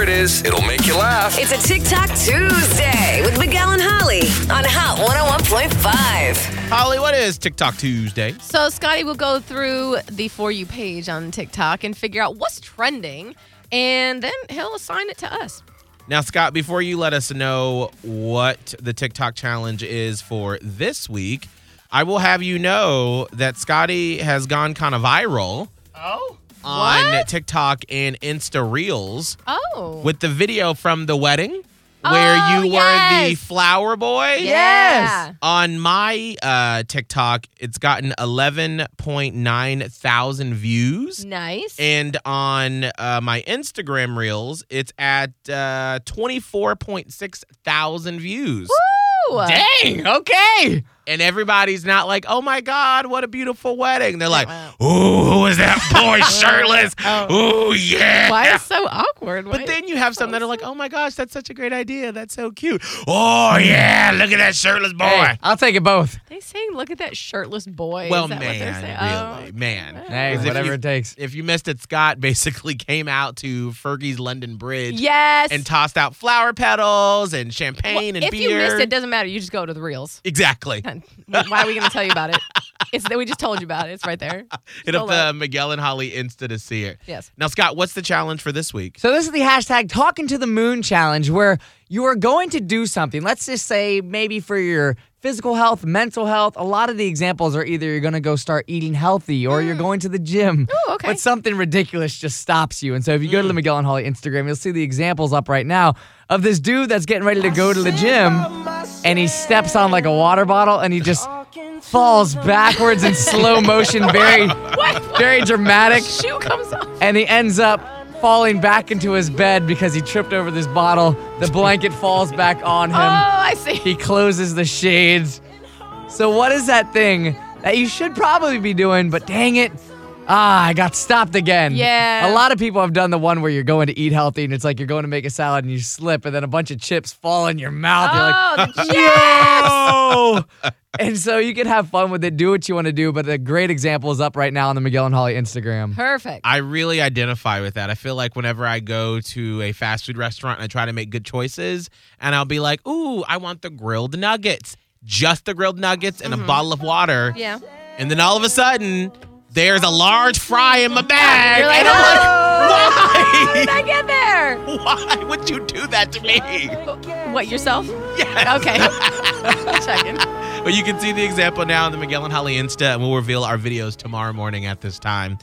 it is. It'll make you laugh. It's a TikTok Tuesday with Miguel and Holly on Hot 101.5. Holly, what is TikTok Tuesday? So Scotty will go through the For You page on TikTok and figure out what's trending, and then he'll assign it to us. Now, Scott, before you let us know what the TikTok challenge is for this week, I will have you know that Scotty has gone kind of viral Oh, on What? TikTok and Insta Reels Oh. with the video from the wedding where Oh, you were the yes. flower boy. Yeah. Yes. On my uh, TikTok, it's gotten 11.9 thousand views. nice. And on uh, my Instagram reels, it's at uh, 24.6 thousand views. Ooh. uh, dang. Okay. And everybody's not like, oh my God, what a beautiful wedding. They're like, Wow. ooh, who is that boy shirtless? Ooh, yeah. Oh. Why is it so awkward? But Why- then you have some that are like, oh my gosh, that's such a great idea. That's so cute. Oh, yeah, look at that shirtless boy. Hey, I'll take it both. they saying, "Look at that shirtless boy." well, is that what they're saying? man, really, Oh. man. Hey, 'Cause if whatever you- it takes. If you missed it, Scott basically came out to Fergie's London Bridge Yes. and tossed out flower petals and champagne Well, and if beer. you missed it, doesn't matter. You just go to the reels. exactly. Why are we going to tell you about it? It's that we just told you about it. It's right there. Hit up Scroll the up. Miguel and Holly Insta to see it. Yes. Now, Scott, what's the challenge for this week? So this is the hashtag talking to the moon challenge where you are going to do something. Let's just say maybe for your physical health, mental health, a lot of the examples are either you're going to go start eating healthy or you're going to the gym. Mm. Ooh, okay. Mm. But something ridiculous just stops you. And so if you go to the Miguel and Holly Instagram, you'll see the examples up right now of this dude that's getting ready to go to the gym and he steps on like a water bottle and he just falls backwards in slow motion, very very dramatic Shoe comes off. and he ends up falling back into his bed because he tripped over this bottle. The blanket falls back on Oh, him. I see. He closes the shades. So what is that thing that you should probably be doing, but dang it. Ah, I got stopped again. Yeah. A lot of people have done the one where you're going to eat healthy and it's like you're going to make a salad and you slip and then a bunch of chips fall in your mouth. You're like, Oh, the Yes! and so you can have fun with it, do what you want to do, but the great example is up right now on the Miguel and Holly Instagram. Perfect. I really identify with that. I feel like whenever I go to a fast food restaurant, I try to make good choices, and I'll be like, "Ooh, I want the grilled nuggets, just the grilled nuggets, and a bottle of water." Mm-hmm. Yeah. And then all of a sudden, there's a large fry in my bag, You're like, and I'm How did I get there? like, "Why? Why would you do that to me?" What, yourself? Yes. Okay. Checking. But you can see the example now on the Miguel and Holly Insta, and we'll reveal our videos tomorrow morning at this time.